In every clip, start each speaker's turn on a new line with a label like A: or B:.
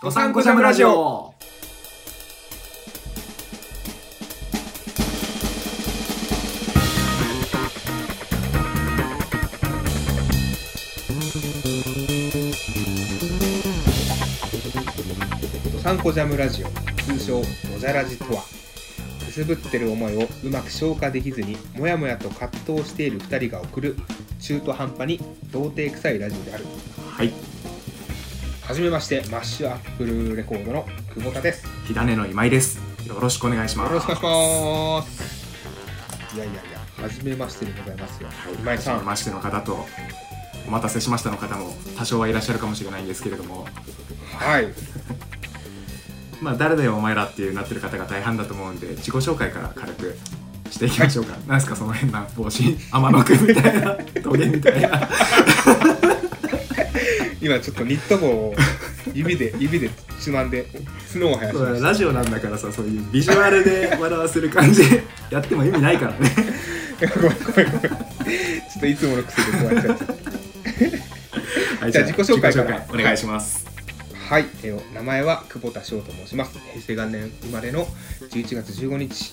A: ドサンコシャムラジオ
B: ドサンコジャムラジオ通称ドジャラジとはくすぶってる思いをうまく消化できずにモヤモヤと葛藤している2人が送る中途半端に童貞臭いラジオである
A: はい
B: はじめましてマッシュアップルレコードの久保田ですよ
A: 火種の今井ですよろしくお願いします
B: ろしくお願いしますいやいやいやはじめましてでございますよ
A: はい
B: 今井さ
A: 初め
B: ん
A: ましての方とお待たせしましたの方も多少はいらっしゃるかもしれないんですけれども
B: はい
A: まあ誰だよお前らっていうなってる方が大半だと思うんで自己紹介から軽くしていきましょう か、なんですかその変な帽子天野くんみたいなトゲみたいな
B: 今ちょっとニット帽を指で指でつまんで角を生やし
A: そう
B: ま
A: だ
B: し
A: ラジオなんだからさそういうビジュアルで笑わせる感じ やっても意味ないからね
B: た ごめんごめんごめんちょっといつもの癖でこうやっちゃった
A: はい
B: じゃあ自己紹介
A: 自
B: か
A: 己
B: ら
A: 紹介お願いします、
B: はい、えー名前は久保田翔と申します。平成元年生まれの11月15日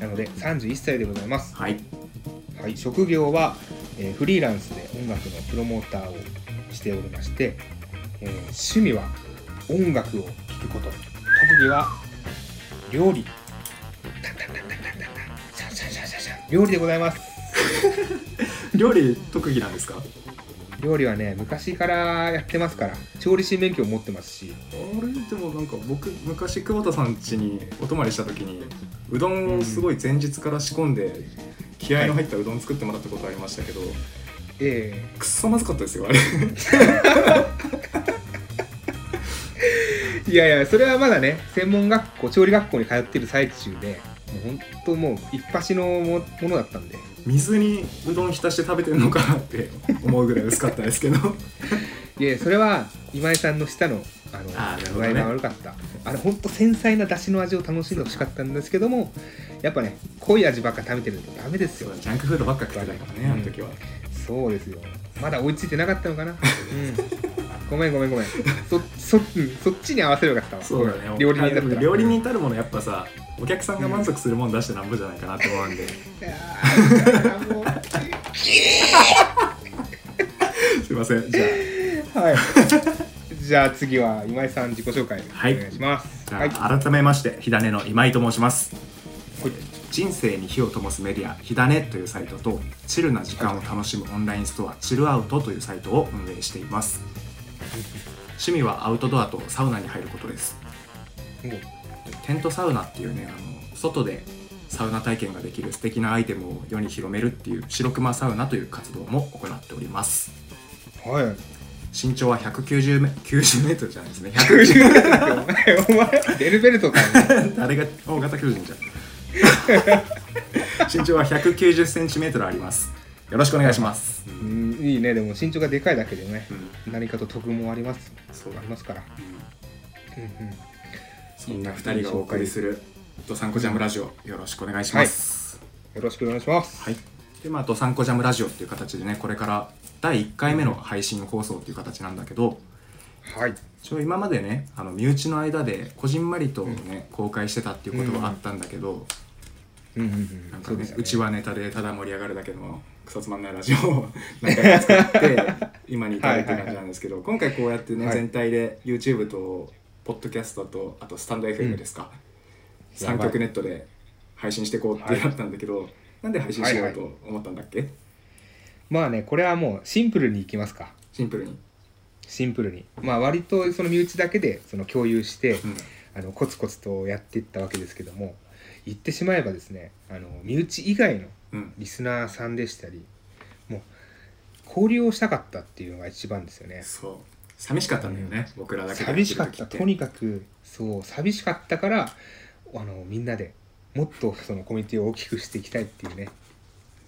B: なので31歳でございます。
A: はい
B: はい、職業は、えーフリーランスで音楽のプロモーターをしておりまして、えー趣味は音楽を聴くこと、特技は料理。タンタンタンタンタンタンシャンシャンシャンシャンシャン料理でございます。
A: 料理特技なんですか
B: 料理はね、昔からやってますから、調理師免許を持ってますし、
A: あれでもなんか僕昔久保田さん家にお泊まりした時にうどんをすごい前日から仕込んで、気合の入ったうどん作ってもらったことありましたけど、
B: えー
A: くっそまずかったですよあれ
B: いやいや、それはまだね、専門学校、調理学校に通ってる最中で、もう本当もう一発のもものだったんで、
A: 水にうどん浸して食べてるのかなって思うぐらい薄かったですけど
B: いやいや、それは今井さんの舌の、あの、
A: あーなるほど
B: 具
A: ね
B: 合が悪かった。あれ、本当繊細な出汁の味を楽しんでほしかったんですけども、やっぱね、濃い味ばっか食べてるとダメです
A: そう
B: よ
A: だ。ジャンクフードばっか食ってたからねあの時は、
B: そうですよ。まだ追いついてなかったのかな。うん。ごめんごめんごめん。そ、そ、うんそっちに合わせればよかったわ。
A: そうだね
B: 料理人だった
A: あで
B: ら
A: も料理人たるものやっぱさお客さんが満足するもん出してなんぼじゃないかなと思うんで、
B: いやーもう
A: すいませんじゃあ
B: はい。 じゃあ次は今井さん自己紹介お
A: はい
B: 願いします。
A: じ
B: はい。は
A: ゃあ改めまして火種の今井と申します
B: い
A: 人生に火を灯すメディア「火種」というサイトとチルな時間を楽しむオンラインストア「チルアウト」というサイトを運営しています趣味はアウトドアとサウナに入ることです
B: もう
A: テントサウナっていうねあの外でサウナ体験ができる素敵なアイテムを世に広めるっていう白熊サウナという活動も行っております
B: はい。
A: 身長は190メ90メートルじゃないですね
B: 九十
A: 190
B: お前お前デルベルトかね。
A: 誰が大型巨人じゃん 身長は190センチメートルありますよろしくお願いします、
B: うんいいねでも身長がでかいだけでね
A: う。ん
B: 何かと得もあります。
A: そう
B: あ
A: だ
B: りますから。うんうん。
A: そんな2人がお送りする「ドサンコジャムラジオ」よろしくお願いします。
B: よろしくお願いします。
A: はいでまあ「ドサンコジャムラジオ」っていう形でねこれから第1回目の配信放送っていう形なんだけど
B: はい。
A: 一応今までねあの身内の間でこじんまりとね、公開してたっていうことはあったんだけど、
B: うんうんうん。
A: なんかね
B: そうう
A: ち
B: ちは
A: はネタでただ盛り上がるだけのクソつまんないラジオを何回か作 って今に至るっていう感じなんですけど今回こうやってね、
B: はい
A: 全体で YouTube とポッドキャストとあとスタンド FM ですか、
B: や
A: 三
B: ばい
A: 3曲ネットで配信していこうってなったんだけど、なんで配信しようと思ったんだっけ、
B: まあねこれはもうシンプルにいきますか。
A: シンプルに、
B: シンプルに。まあ割とその身内だけでその共有して。
A: うん
B: あのコツコツとやっていったわけですけども言ってしまえばですねあの身内以外の
A: うん
B: リスナーさんでしたりもう交流をしたかったっていうのが一番ですよね
A: そう寂しかったんだよね、僕らだけでやって
B: 寂
A: る
B: しかった
A: 時
B: とにかくそう寂しかったからあのみんなでもっとそのコミュニティを大きくしていきたいっていうね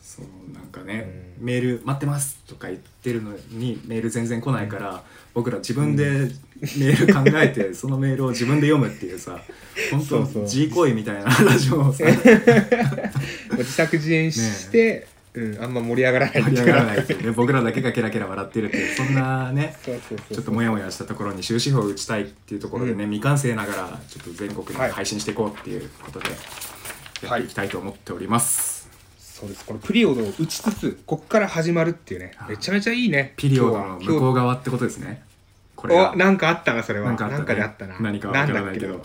A: そうなんかね、
B: うん
A: メール待ってますとか言ってるのにメール全然来ないから、僕ら自分でメール考えて、 そのメールを自分で読むっていうさ
B: そう
A: 本
B: そ
A: 当
B: う
A: G 行為みたいなラジオをさ
B: 自作自演して、うん、あんま盛り上がらない
A: 盛り上がらないですよね僕らだけがケラケラ笑ってるっていうそんなね
B: そうそうそう
A: ちょっとモヤモヤしたところに終止符を打ちたいっていうところでね、
B: う
A: 未完成ながらちょっと全国に
B: はい
A: 配信していこうっていうことでやっていきたいと思っております、
B: そうですこのピリオドを打ちつつこっから始まるっていうね
A: はい
B: めちゃめちゃいいね
A: ピリオドの向こう
B: う
A: 側ってことですねこれが
B: おなんかあったなそれは
A: な
B: なんん
A: かあったね
B: かであったな
A: 何かわから
B: ん
A: な
B: だ
A: い
B: っ
A: けど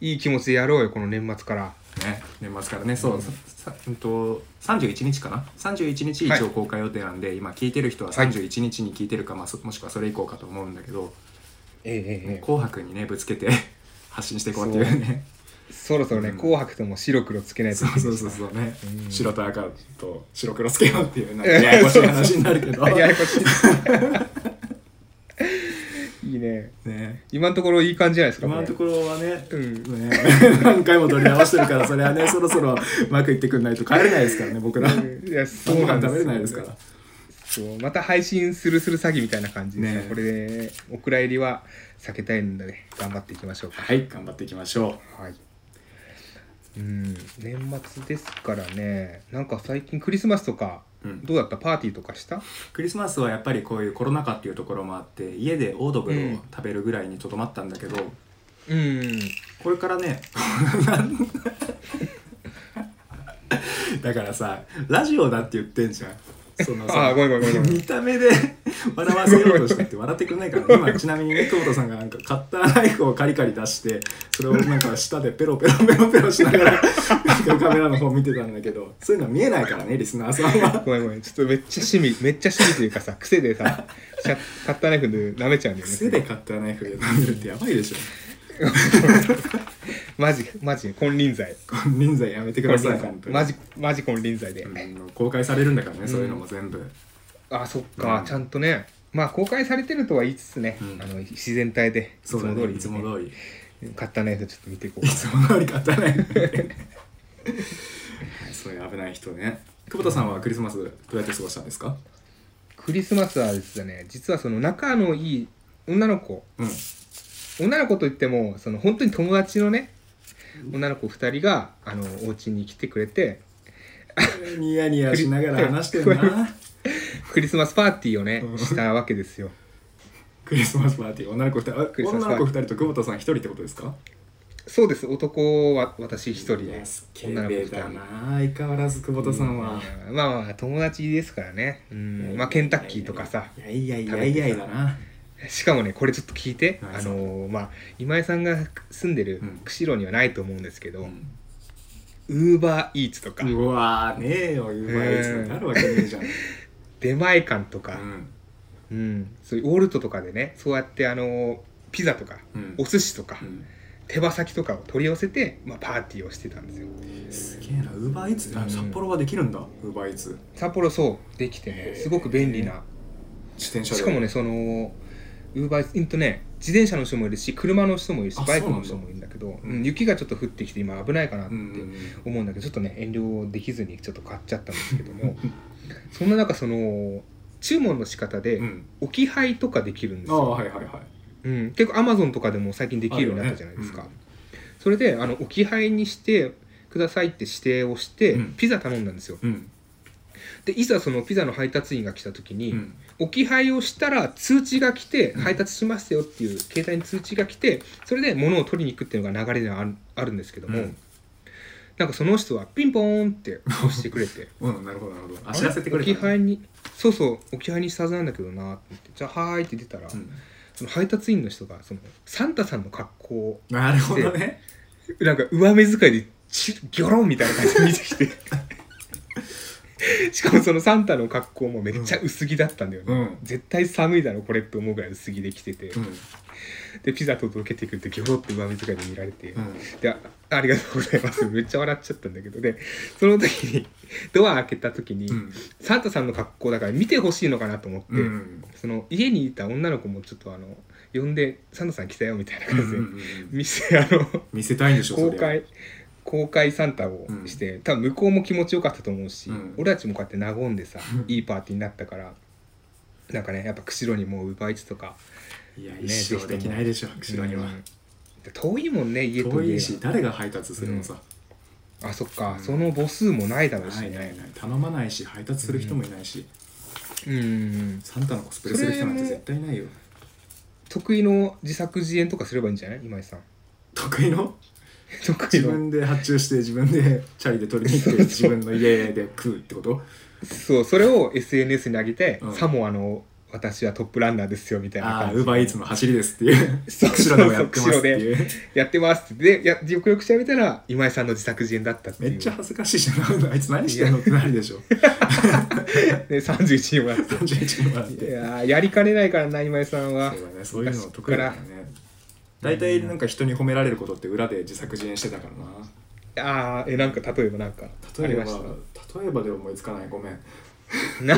B: いい気持ちでやろうよこの年末から
A: ね、年末からね、そう、ささうんと、31日かな、31日一
B: は
A: 応
B: い
A: 公開予定なんで、今、聞いてる人は
B: はい
A: 31日に聞いてるか、まあそもしくはそれ以降かと思うんだけど、
B: えええええ
A: 紅白にね、ぶつけて 発信していこうっていうね、
B: えそろそろね
A: うん
B: 紅白とも白黒つけないと
A: そ
B: いうけない
A: そう そうそうね、
B: うん
A: 白と赤と白黒つけようっていう、なんかややこしい話になるけど、
B: ややこしい いいね
A: ね、
B: 今のところいい感じじゃないですか
A: 今のところはね、
B: れうん
A: ね 何回も取り直してるから、それはね、そろそろうまくいってくんないと帰れないですからね、僕ら。
B: うんいや
A: ご
B: そうな
A: 飯
B: んで
A: 食
B: す
A: べ
B: よ
A: れないですから。
B: そうまた配信するする詐欺みたいな感じでさ、
A: ね
B: これでお蔵入りは避けたいんでね頑張っていきましょうか
A: はい、頑張っていきましょう。
B: はいうん年末ですからねなんか最近クリスマスとか
A: うん
B: どうだったパーティーとかした
A: クリスマスはやっぱりこういうコロナ禍っていうところもあって家でオードブルを食べるぐらいにとどまったんだけど、
B: うん
A: これからね だからさラジオだって言ってんじゃんそのさ
B: あーごめんごめんごめん
A: 見た目で 笑わせようとしたって笑ってくんないから今ちなみにね久保田さんがなんかカッターナイフをカリカリ出してそれをなんか舌でペロペロペロペロしながらなんかカメラの方見てたんだけどそういうのは見えないからねリスナーさんは。
B: ごめんごめんちょっとめっちゃ趣味めっちゃ趣味というかさ癖でさシャッカッターナイフで舐めちゃうんだよね
A: 癖でカッターナイフで舐めるってやばいでしょ
B: マジマジ金輪際
A: 金輪際やめてください本当に
B: マジマジ金輪際で、
A: うん公開されるんだからね、そういうのも全部
B: あそっか、
A: うん
B: ちゃんとねまあ公開されてるとは言いつつね、
A: うん
B: あの自然体でいつ
A: そ
B: も
A: うだ
B: 通
A: ね
B: り、
A: いつも通り
B: り買ったナイフちょっと見ていこう
A: いつも通り勝たないはいそういう危ない人ね久保田さんはクリスマスどうやって過ごしたんですか
B: クリスマスはですね実はその仲のいい女の子
A: うん
B: 女の子といってもその本当に友達のね女の子2人があのお家に来てくれて
A: ニヤニヤしながら話してるな
B: クリスマスパーティーをね
A: うん
B: したわけですよ
A: クリスマスパーティー女の子2人あ
B: クリスマスパ
A: 女の
B: ーティー
A: 子二人と久保田さん1人ってことですか
B: そうです男は私1人
A: い
B: で
A: やすっげえだな相変わらず久保田さんは、
B: うんまあまあ友達ですからねうんまあケンタッキーとかさ
A: いやいやいやいやいやだな
B: しかもねこれちょっと聞いて、
A: はい
B: あのーまあ今井さんが住んでる
A: うん
B: 釧路にはないと思うんですけど、
A: うん
B: ウーバーイーツとか、
A: うわーねえよ言う前になんてあるわけねえじゃん、
B: 出前館とか、
A: うん
B: うんそういうオールトとかでねそうやってあのーピザとか、
A: うん
B: お寿司とか、
A: う
B: 手羽先とかを取り寄せて、まあ、パーティーをしてたんですよ
A: ん、すげえなウーバーイーツ
B: うん
A: 札幌はできるんだウーバーイーツ
B: 札幌そうできて
A: へ
B: ね
A: ー
B: すごく便利な
A: 自転車で
B: しかもねそのウーバーイーとね自転車の人もいるし車の人もいるし
A: あ
B: バイクの
A: そ
B: 人
A: うなんだ
B: もいるんだけど
A: うん
B: うん雪がちょっと降ってきて今危ないかなっ
A: う
B: て
A: んうん
B: 思うんだけどちょっとね遠慮できずにちょっと買っちゃったんですけど もそんな中その注文の仕方
A: うんう
B: で
A: ん
B: 置き配とかできるんです
A: ああ
B: よ、
A: はいはいはい
B: うん、結構アマゾンとかでも最近できるようになったじゃないですか、
A: あるよ
B: それであの置き配にしてくださいって指定をして、
A: うん
B: ピザ頼んだんですよ
A: うん
B: でいざそのピザの配達員が来た時に、
A: うん
B: 置き配をしたら通知が来て配達しましたよっていう携帯に通知が来てそれで物を取りに行くっていうのが流れではあるあるんですけど
A: う
B: も、
A: ん
B: なんかその人はピンポーンって押してくれて
A: うんなるほどなるほ どあ知らせてくれ
B: 置き
A: たね
B: 配にそうそう置き配にしたはずなんだけどなって言ってじゃあはーいって出たら、
A: うん
B: その配達員の人がそのサンタさんの格好を
A: なるほどね
B: なんか上目遣いでチュギョロンみたいな感じで見て きてしかもそのサンタの格好もめっちゃ薄着だったんだよね、
A: うん
B: 絶対寒いだろこれって思うぐらい薄着で来てて、
A: うん
B: でピザ届けてくるとギョロって上目遣いで見られて、
A: うん
B: であありがとうございますめっちゃ笑っちゃったんだけどでその時にドア開けた時に、
A: うん
B: サンタさんの格好だから見てほしいのかなと思って、
A: うん
B: その家にいた女の子もちょっとあの呼んで「サンタさん来たよ」みたいな
A: うんう
B: 感じで、
A: んうん
B: 店あの
A: 見せたいんでしょ
B: 公
A: そりゃ
B: 開公開サンタをして、多分向こうも気持ちよかったと思うし、
A: うん
B: 俺たちもこうやって和ん でさ、
A: うん
B: いいパーティーになったからなんかねやっぱ釧路にもう奪いつとか
A: いや
B: ね
A: 一生できないでしょ後ろには
B: うん遠いもんね家と
A: 遠
B: 家
A: いし誰が配達するのさ
B: あそっか、
A: うん
B: その母数もないだろうし
A: ない
B: ね
A: ないない頼まないし配達する人もいないし、
B: うん
A: サンタのコスプレする人なんて絶対ないよ
B: 得意の自作自演とかすればいいんじゃない今井さん
A: 得意の
B: 得意
A: 自
B: の
A: 分で発注して自分で チャリで取りに行 って自分の家で食うってこと
B: そうそれを SNS に上げて、
A: うん
B: さもあの私はトップランナーですよみたいな
A: ああ
B: 感
A: ウ
B: じ
A: ーバーイーツの走りですっていう
B: そう
A: 釧路でもやってますっていう
B: やってますってでやよくよく調べたら今井さんの自作自演だったっていう
A: めっちゃ恥ずかしいじゃんあいつ何してんのってなるでしょ
B: で31にもなって
A: 31にもなっ
B: い
A: て
B: やーやりかねないからな今井さんは
A: そうだねそういうの得意だからね大体なんか人に褒められることって裏で自作自演してたからな
B: あーえなんか例えばなんかあ
A: 例
B: り
A: え
B: ま
A: ば
B: した
A: 例えばで思いつかないごめん
B: な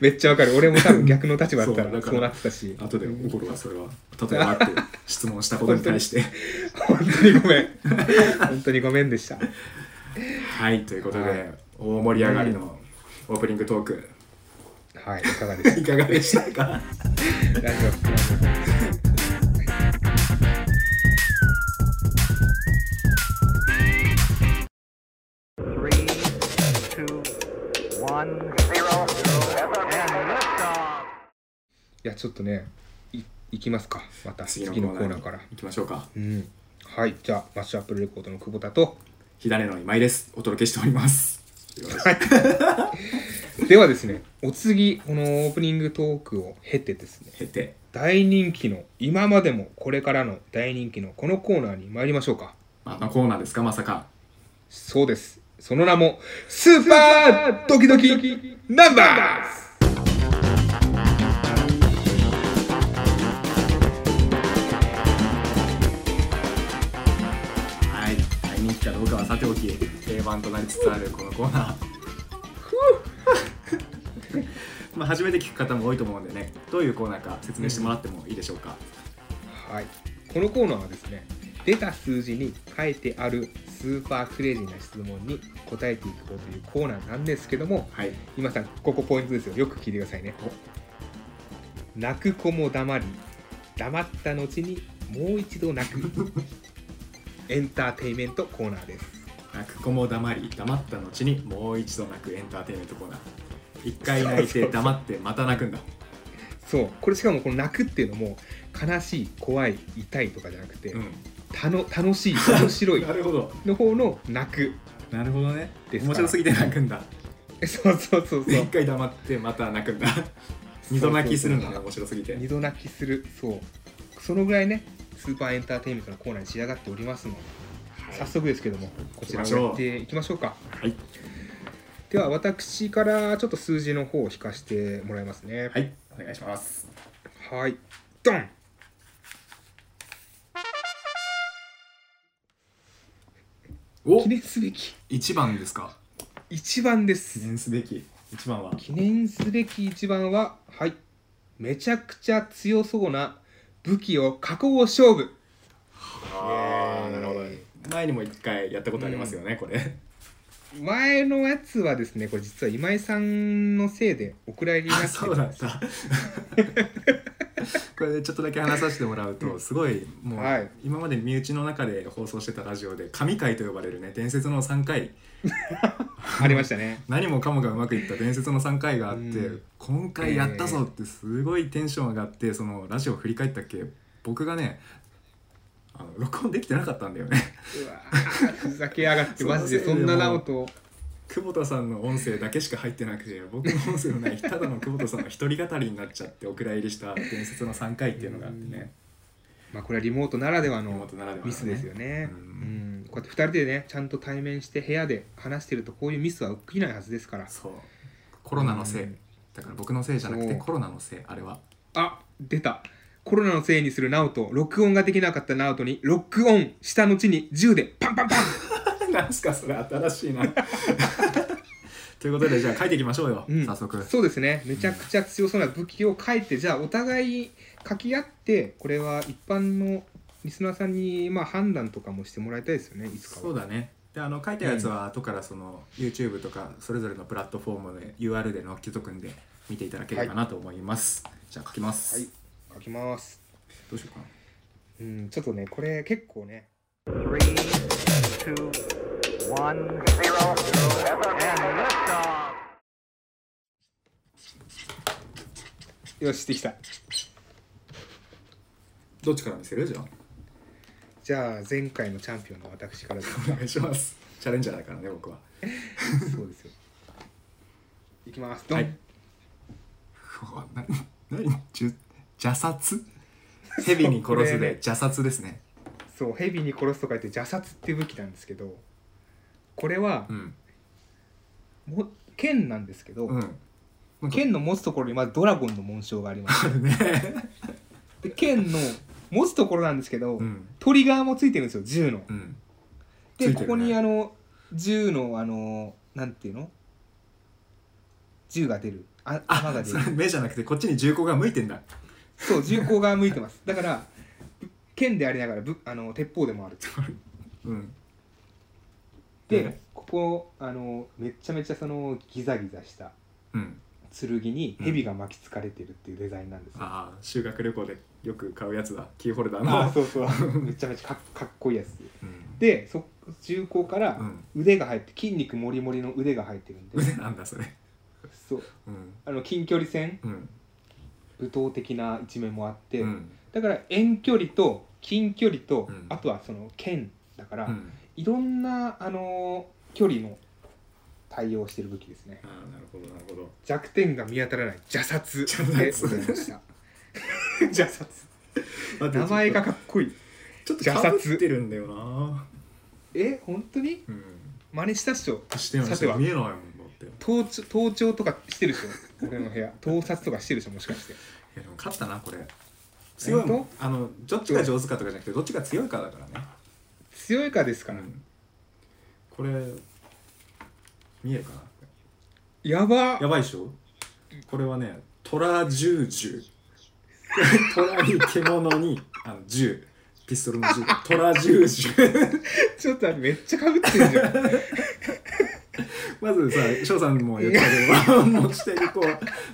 B: めっちゃわかる俺も多分逆の立場だった
A: そうだ
B: ら
A: から
B: そうなってたし
A: 後で怒るわそれ は例えばって質問したことに対して
B: 本当にごめん 本当にごめんでした
A: はいということ
B: は
A: で
B: い
A: 大盛り上がりのオープニングトー ク
B: はいいかがでし
A: いかがでしたか
B: たラジオラジオ
C: Three, two, one, zero, and lift off.
B: いやちょっとねいいきますかまた次のコーナーから
A: いきましょうか
B: うんはいじゃあマッシュアップルレコードの久保田と
A: 火種の今井ですお届けしておりますよろしく
B: ではですねお次このオープニングトークを経てですね
A: 経て
B: 大人気の今までもこれからの大人気のこのコーナーに参りましょうか
A: あのコーナーですかまさか
B: そうですその名もスーパードキドキナンバーズ
A: はい大人気かどうかはさておき定番となりつつあるこのコーナー まあ初めて聞く方も多いと思うんでねどういうコーナーか説明してもらってもいいでしょうか、
B: はいこのコーナーはですね出た数字に書いてあるスーパークレイジーな質問に答えていこうというコーナーなんですけども
A: はい
B: 今さんここポイントですよよく聞いてくださいね泣く子も黙り黙った後にもう一度泣くエンターテインメントコーナーです
A: 泣く子も黙り黙った後にもう一度泣くエンターテインメントコーナー一回泣い
B: そうそ
A: て
B: うそう
A: 黙ってまた泣くんだ
B: そうこれしかもこの泣くっていうのも悲しい怖い痛いとかじゃなくて、
A: う
B: たの楽しい面白
A: ん
B: い
A: なるほど
B: の方の泣く
A: なるほどね
B: ですから
A: 面白すぎて泣くんだ
B: そうそうそうそ
A: 一
B: う
A: 回黙ってまた泣くんだ 二度泣きするんだね面白すぎて
B: 二度泣きするそうそのぐらいねスーパーエンターテインメントのコーナーに仕上がっておりますので
A: はい
B: 早速ですけどもこちらをやっていきましょうか
A: はい
B: では私からちょっと数字の方を引かしてもらいますね
A: はいお願いします
B: はい、ドン
A: お
B: 記念すべき
A: 一番ですか
B: 1番です、
A: 記念すべき一番は
B: 記念すべき1番ははいめちゃくちゃ強そうな武器を囲う勝負
A: あ
B: イエーイ
A: ーなるほどね前にも一回やったことありますよね、これ
B: 前のやつはですねこれ実は今井さんのせいでお蔵入りになっ
A: あ
B: て
A: そうだったこれでちょっとだけ話させてもらうとすごいもう、
B: はい
A: 今まで身内の中で放送してたラジオで神回と呼ばれるね伝説の3回
B: ありましたね
A: 何もかもがうまくいった伝説の3回があって、
B: うん
A: 今回やったぞってすごいテンション上がってそのラジオ振り返ったっけ僕がねあの録音できてなかったんだよね
B: うわーふざけやがっ
A: そ
B: て
A: の
B: マ
A: せい
B: ジ
A: で
B: でそんな直人
A: 久保田さんの音声だけしか入ってなくて僕の音声のないただの久保田さんの一人語りになっちゃってお蔵入りした伝説の3回っていうのがあってね、
B: まあこれはリモートならでは
A: リ
B: の
A: モートならではのね
B: ミスですよね
A: うん
B: うんこうやって2人でねちゃんと対面して部屋で話してるとこういうミスは起きないはずですから
A: そうコロナのせい、
B: うん
A: だから僕のせいじゃなくて
B: そう
A: コロナのせいあれは
B: あ出たコロナのせいにする直人録音ができなかった直人にロックオンした後に銃でパンパンパン
A: 何すかそれ新しいな ということでじゃあ書いていきましょうよ、
B: うん
A: 早速
B: そうですねめちゃくちゃ強そうな武器を書いてじゃあお互い書き合ってこれは一般のリスナーさんにまあ判断とかもしてもらいたいですよねいつか
A: そう
B: は
A: だねであの書いたやつは後からその YouTube とかそれぞれのプラットフォームで UR で載っけとくんで見ていただければなと思います、じゃあ書きます、
B: はい書きます
A: どうしようかな
B: うんちょっとねこれ結構ね
C: Three, two, one, zero, and lift off.
B: よしできた
A: どっちから見せるじゃあ
B: じゃあ前回のチャンピオンの私からです
A: お願いしますチャレンジャーだからね僕は
B: そうですよ。いきます。
A: は
B: はい
A: い。うわな何じゅ邪殺蛇に殺すで邪殺ですね
B: そう、蛇に殺すとか言って、邪殺っていう武器なんですけど。これは
A: う、ん
B: もう剣なんですけど、
A: うん
B: 剣の持つところにまずドラゴンの紋章がありま
A: あ
B: す。
A: るね
B: で、剣の持つところなんですけど、
A: うん
B: トリガーもついてるんですよ、銃の。
A: うん
B: で、
A: ついてるね
B: ここにあの、銃のあの、なんていうの銃が出る。あ、弾が
A: あ
B: 出
A: そ
B: る
A: れ。 目じゃなくてこっちに銃口が向いてんだ
B: そう、銃口が向いてます。だから、ぶ剣でありながらぶあの、鉄砲でもある。
A: うん
B: で、
A: ね
B: ここあのめっちゃめちゃそのギザギザした
A: うん
B: 剣に蛇が巻きつかれてるっていうデザインなんですよ、
A: ああ修学旅行でよく買うやつだキーホルダー
B: ああ
A: の
B: そうそうめちゃめちゃかっかっこいいやつ
A: うん
B: でそ銃口から
A: うん
B: 腕が入って筋肉もりもりの腕が入ってるんで、
A: 腕なんだそれ
B: そう
A: うん
B: あの近距離戦
A: うん
B: 武闘的な一面もあって、
A: うん
B: だから遠距離と近距離と、
A: うん
B: あとはその剣だから、
A: うん
B: いろんなあの距離の対応してる武器ですね
A: ああなるほどなるほど
B: 弱点が見当たらない邪 殺
A: 邪
B: で
A: 殺
B: ございました 邪殺
A: 待って
B: 名前がかっこいい
A: ちょっと
B: 邪
A: かぶ
B: 殺
A: ってるんだよな
B: え本当に
A: うん
B: 真似したっしょ
A: してない
B: さては
A: 見えないもんだってい
B: 盗聴盗聴とかしてるでしょ俺の 部屋盗撮とかしてるでしょもしかして
A: やでも勝ったなこれ強いもん
B: 本
A: あのどっちが上手かとかじゃなくてどっちが強いかだからね、
B: 強いかですから、
A: うんこれ見えるかな
B: やば
A: やばいでしょこれはね虎十 銃虎に獣にあの銃ピストルの銃虎十 銃
B: ちょっとめっちゃかぶってるじゃ ん
A: まずさ翔さんも言ってたけど もう下にこう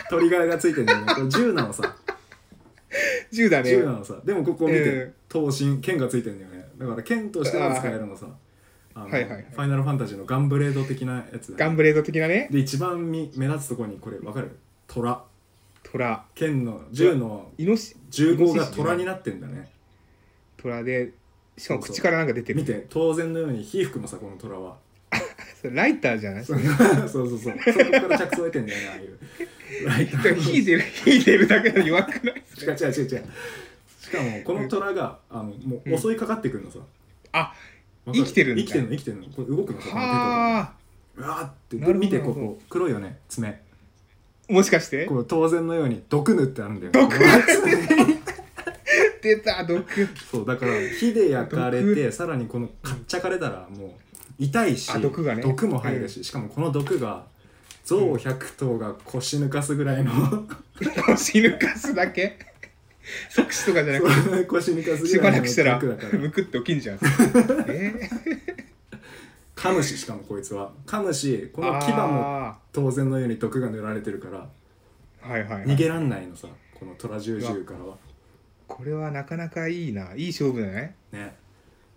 A: トリガーがついてるんだよねこれ銃なのさ
B: 銃だね
A: 銃なのさでもここ見て、
B: うん
A: 刀身剣がついてるんだよねだから剣としても使えるのさあの
B: はいはいはい
A: ファイナルファンタジーのガンブレード的なやつだ
B: ガ
A: よね
B: ンブレード的なね
A: で一番み目立つところにこれわかる虎
B: 虎
A: 剣の銃の
B: イノシ
A: 銃号が
B: イノシシじゃな
A: 虎
B: い
A: になってんだね
B: 虎でしかも口からなんか出てる
A: 見て当然のように火吹くのさこの虎は
B: それライターじゃない
A: そう そうそうそこから着想得てんだよねああ いうライターの
B: 火出る火出るだけで弱く ない
A: 違う違う違う違うしかもこの虎があのもう襲いかかってくるのさ、
B: あ
A: わか
B: 生きてるんだ
A: 生きてるの生きてるのこれ動くのさこの手とか
B: はあ
A: うわーって
B: なるほ
A: で
B: ど
A: 見てこ
B: なるほ
A: こう黒いよね爪
B: もしかして
A: こう当然のように毒塗ってあるんだよ
B: 毒
A: ここ
B: 出た毒
A: そうだから火で焼かれて
B: 毒
A: さらにこのかっちゃかれたらもう痛いし
B: あ毒がね
A: も入るし、しかもこの毒が象100頭が腰抜かすぐらいの、
B: 腰抜かすだけ即死とかじゃなく
A: 腰抜かす
B: てし
A: ぐ
B: ば
A: らい
B: ら
A: の
B: くしたら
A: 毒だから
B: むくって起き んじゃんえ
A: 噛むししかもこいつは噛むしこ
B: ー、
A: の牙も
B: あ
A: 当然のように毒が塗られてるから
B: ーはいはい、は
A: 逃
B: い、
A: げらんないのさこの虎十獣からは
B: これはなかなかいいないい勝負だね
A: ね
B: ん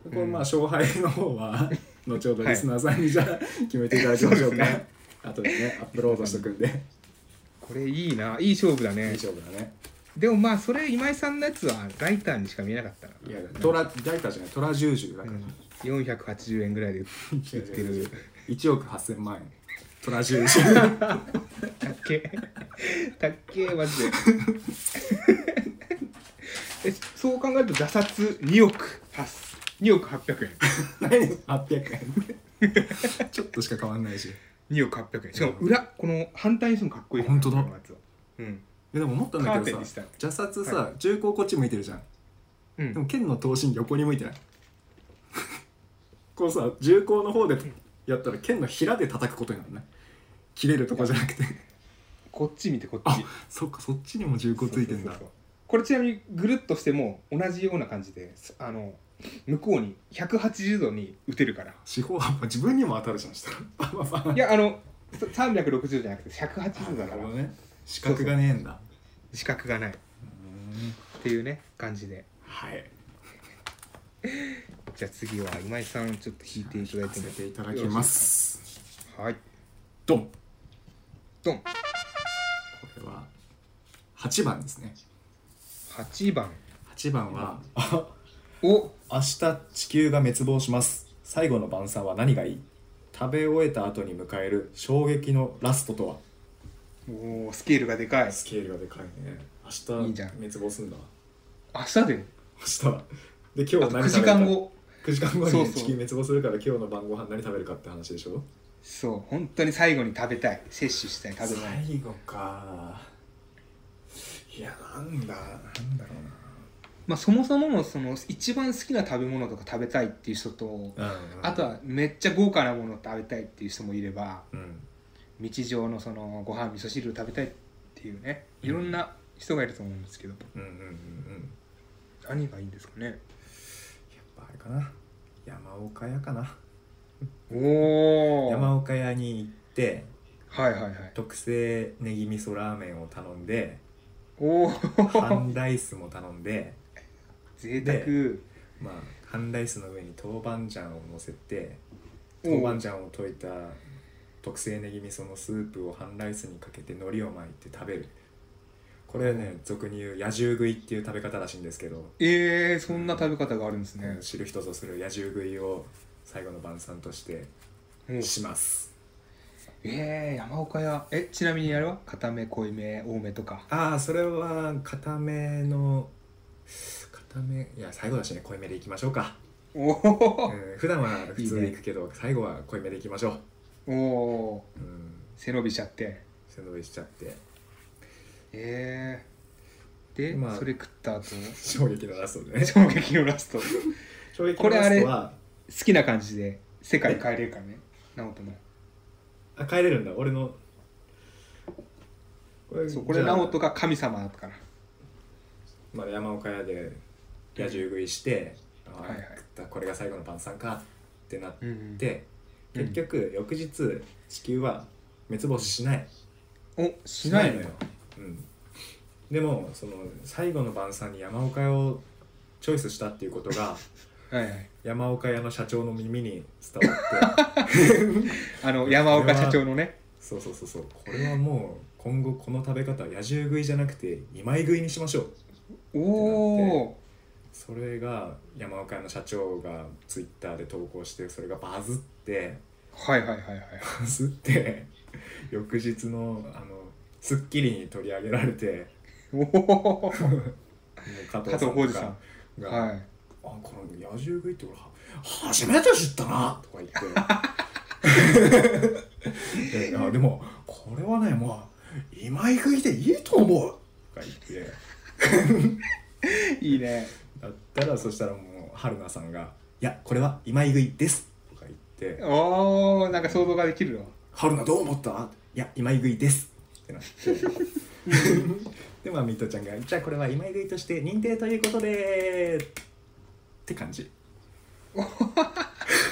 A: これまあ勝敗の方 は後ほど
B: はい
A: リスナーさんにじゃあ決めていただきましょう
B: そう
A: か、
B: ですね
A: 後でねアップロードしとくんで
B: これいいないい勝負だ
A: いい
B: ね
A: 勝負だね
B: でもまあそれ今井さんのやつはライターにしか見えなかったない
A: や虎大体じゃない虎十獣だ
B: う
A: から、
B: ん480円ぐらいで売ってる
A: 1億8000万円虎十獣
B: たっけたっけマジで えそう考えると打札2億8 2億800円
A: 何800円ちょっとしか変わんないし
B: 2億800円しかも裏この反対にしてもかっこいい
A: 本当だ
B: このやつはうん
A: いやでも思ったんだ
B: カー
A: け
B: テン
A: ど
B: にし
A: さ
B: たい
A: 邪殺さ、銃口こっち向いてるじゃん
B: う
A: で
B: ん
A: も剣の刀身横に向いて ないこうさ銃口の方でやったら剣のひらで叩くことになるね切れるとこじゃなくて
B: こっち見てこっ
A: あ
B: ち
A: そっかそっちにも銃口ついてんだ
B: そうそうそうこれちなみにぐるっとしても同じような感じですあの向こうに180度に打てるから
A: 四方八方自分にも当たるじゃんしたら まあまあ
B: いやあのそ360じゃなくて180度だ
A: な
B: か
A: る
B: ら
A: ほどね資格がねえんだ
B: 視覚がないっ
A: うーん
B: ていうね感じで
A: はい
B: じゃあ次は今井さんちょっと弾いていただいても
A: させていただきます
B: はい
A: ドンこ
B: ドン
A: れは8番ですね
B: 8番
A: 8番は
D: あ
B: お
A: 明日地球が滅亡します最後の晩餐は何がいい食べ終えた後に迎える衝撃のラストとは
B: おースケールがでかい
A: スケールがでかいね明日
B: いいじゃん
A: 滅亡すんだ
B: 明日で
A: 明日はで今日
B: あと
A: 何
B: 9時
A: 食べるか
B: 間後
A: 9時間後
B: そう
A: に
B: そう
A: 地球滅亡するから今日の晩ご飯何食べるかって話でしょ
B: そう本当に最後に食べたい摂取したい食べ物
A: 最後かいやなんだなんだろ
B: まあそもそものその一番好きな食べ物とか食べたいっていう人と
A: うな、うん
B: あとはめっちゃ豪華なものを食べたいっていう人もいれば
A: うん
B: 日常のそのご飯味噌汁を食べたいっていうねいろんな人がいると思うんですけど
A: うんうんうんうん
B: 何がいいんですかね
A: やっぱあれかな山岡屋かな
B: おおはい
A: 山岡屋に行って
B: はいはい
A: 特製ネギ味噌ラーメンを頼ん で
B: おお
A: 半ライスも頼んで
B: 贅
A: で
B: 沢
A: まあ半ライスの上に豆板醤をのせて
B: おう
A: 豆板醤を溶いた特製ネギ味噌のスープを半ライスにかけて海苔を巻いて食べるこれね俗に言う野獣食いっていう食べ方らしいんですけど、
B: ええー、そんな食べ方があるんですね、
A: 知る人ぞ知る野獣食いを最後の晩餐として
B: おう
A: します
B: ええー、山岡屋えちなみにあれは固め濃いめ多めとか
A: ああそれは固めの固めいや最後だしね濃いめでいきましょうか、
B: お
A: う
B: お、
A: ん、普段は普通でいくけど最後は濃いめでいきましょう
B: おお
A: うん
B: 背伸びしちゃって
A: 背伸びしちゃって
B: ええー、で、
A: まあ
B: それ食った後
A: 衝撃のラストでね
B: 衝撃のラスト好
A: 衝撃
B: こ
A: の
B: れ
A: ラ
B: あれ
A: ストは
B: きな感じで世界変えれるからね直人も
A: あ帰れるんだ俺のこれ
B: そうこれ
A: じゃあ
B: 直人が神様だから
A: まあ、山岡屋で野獣食いして、あ
B: はいはい
A: 食ったこれが最後の晩餐かってなっ
B: うん
A: て、
B: うん
A: 結局翌日地球は滅亡しない
B: おしないのよ、
A: うん、でもその最後の晩餐に山岡屋をチョイスしたっていうこと が
B: はいはい
A: 山岡屋の社長の耳に伝わっ て
B: あの山岡社長のね
A: そうそうそうそうこれはもう今後この食べ方は野獣食いじゃなくて今井食いにしましょう
B: お
A: は
B: お
A: それが山岡屋の社長がツイッターで投稿してそれがバズって
B: はいはいはいはい
A: バズって 翌日のあの『スッキリ』に取り上げられて
B: おお
A: もう加
B: 加藤浩次さん
A: んが
B: は
A: あこの野獣食いって俺は初めて知ったなとか言ってで あでもこれはねまあ今井食いでいいと思うとか言って
B: いいいね
A: だったらそしたらもう春菜さんが「いやこれは今井食いです」とか言って
B: おおなんか想像ができるわ
A: 「春菜どう思った?」いや今井食いです」ってなってでまあミトちゃんが「じゃあこれは今井食いとして認定ということで」って感じ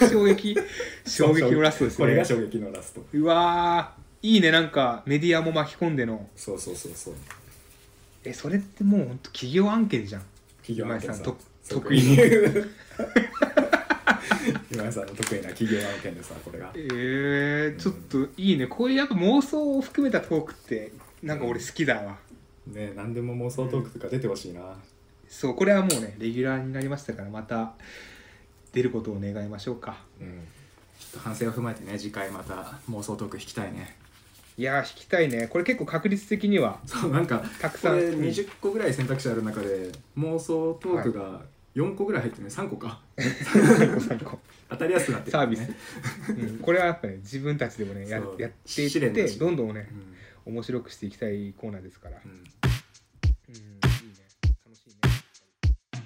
B: 衝撃 衝撃のラストですね
A: これが衝撃のラスト
B: うわーいいねなんかメディアも巻き込んでの
A: そうそうそうそう
B: えそれってもうほんと企業案件じゃん
A: 企業案件さ
B: 今井さんと
A: そう
B: 得意の
A: 今井さんの得意な企業案件でさこれが
B: えー、ちょっといいねこういうやっぱ妄想を含めたトークってなんか俺好きだわ
A: ね何でも妄想トークとか出てほしいな
B: そうこれはもうねレギュラーになりましたからまた出ることを願いましょうか
A: うんちょっと反省を踏まえてね次回また妄想トーク引きたい ね
B: いやー引きたいねこれ結構確率的 には
A: そうなんか
B: たくさ
A: こ
B: ん
A: れ
B: うん
A: 20個ぐらい選択肢ある中で妄想トークが4個ぐらい入ってるね3個か
B: 3個
A: 当たりやすくなってるね
B: サービス、うん、これはやっぱり、自分たちでもねや
A: そう
B: やってい
A: 試
B: っ
A: 練だ
B: て
A: し
B: どんどんね
A: うん
B: 面白くしていきたいコーナーですから、
A: うん
B: うん、いいね楽しいね